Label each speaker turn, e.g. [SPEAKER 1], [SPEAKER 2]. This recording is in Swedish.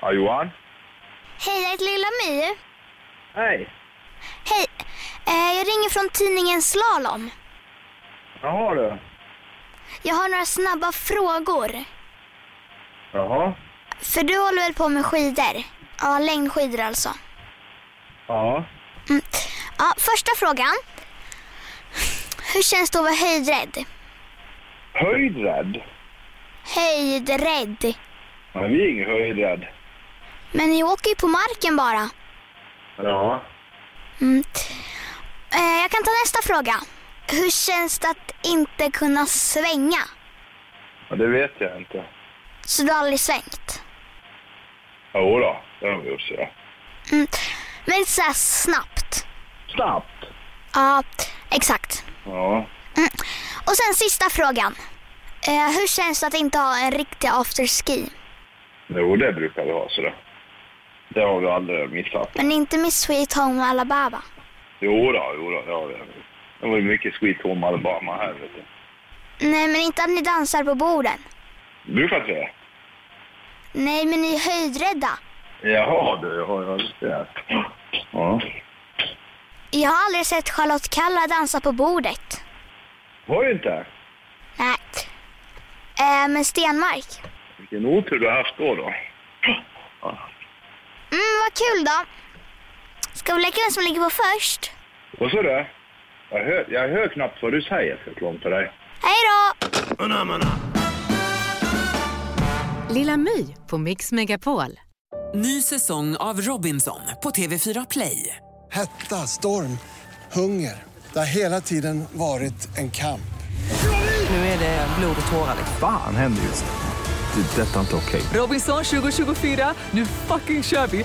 [SPEAKER 1] Ja, Johan?
[SPEAKER 2] Hej, jag heter Lilla My.
[SPEAKER 1] Hej.
[SPEAKER 2] Hej. Eh, jag ringer från tidningen Slalom.
[SPEAKER 1] Jaha du.
[SPEAKER 2] Jag har några snabba frågor.
[SPEAKER 1] Jaha.
[SPEAKER 2] För du håller väl på med skidor? Ja, längdskidor alltså.
[SPEAKER 1] Ja.
[SPEAKER 2] Mm. Ja, första frågan. Hur känns det att vara höjdrädd?
[SPEAKER 1] Höjdrädd?
[SPEAKER 2] Höjdrädd.
[SPEAKER 1] Men vi är ingen höjdrädd.
[SPEAKER 2] Men ni åker ju på marken bara.
[SPEAKER 1] Ja.
[SPEAKER 2] Mm. Eh, jag kan ta nästa fråga. Hur känns det att inte kunna svänga?
[SPEAKER 1] ja det vet jag inte.
[SPEAKER 2] Så du har aldrig svängt?
[SPEAKER 1] Jo då, det har vi gjort så ja.
[SPEAKER 2] Mm. Men så här snabbt.
[SPEAKER 1] Snabbt?
[SPEAKER 2] Ja, exakt.
[SPEAKER 1] Ja.
[SPEAKER 2] Och sen sista frågan. Eh, hur känns det att inte ha en riktig afterski?
[SPEAKER 1] Jo, det brukar vi ha så det. Det har vi aldrig missat.
[SPEAKER 2] Men inte med Sweet Home Alabama.
[SPEAKER 1] Jo då, jo då, det har vi. Det var ju mycket skit om Alabama här vet du.
[SPEAKER 2] Nej, men inte att ni dansar på borden.
[SPEAKER 1] Brukar inte det?
[SPEAKER 2] Nej, men ni är höjdrädda.
[SPEAKER 1] Jaha du, ja, ja, just det. Ja.
[SPEAKER 2] Jag har aldrig sett Charlotte Kalla dansa på bordet.
[SPEAKER 1] Har du inte?
[SPEAKER 2] Nej. Eh, men Stenmark.
[SPEAKER 1] Vilken otur du har haft då då. Ja.
[SPEAKER 2] Mm, vad kul då. Ska vi leka vem som ligger på först?
[SPEAKER 1] Vad sa du? Jag hör, jag hör knappt vad du säger, för jag klumpa dig.
[SPEAKER 2] Hej då!
[SPEAKER 3] Lilla My på Mix Megapol.
[SPEAKER 4] Ny säsong av Robinson på TV4 Play.
[SPEAKER 5] Hetta, storm, hunger. Det har hela tiden varit en kamp.
[SPEAKER 4] Nu är det blod och tårar. liksom.
[SPEAKER 6] Fan händer just nu. Det. är Detta är inte okej.
[SPEAKER 4] Robinson 2024, nu fucking kör vi!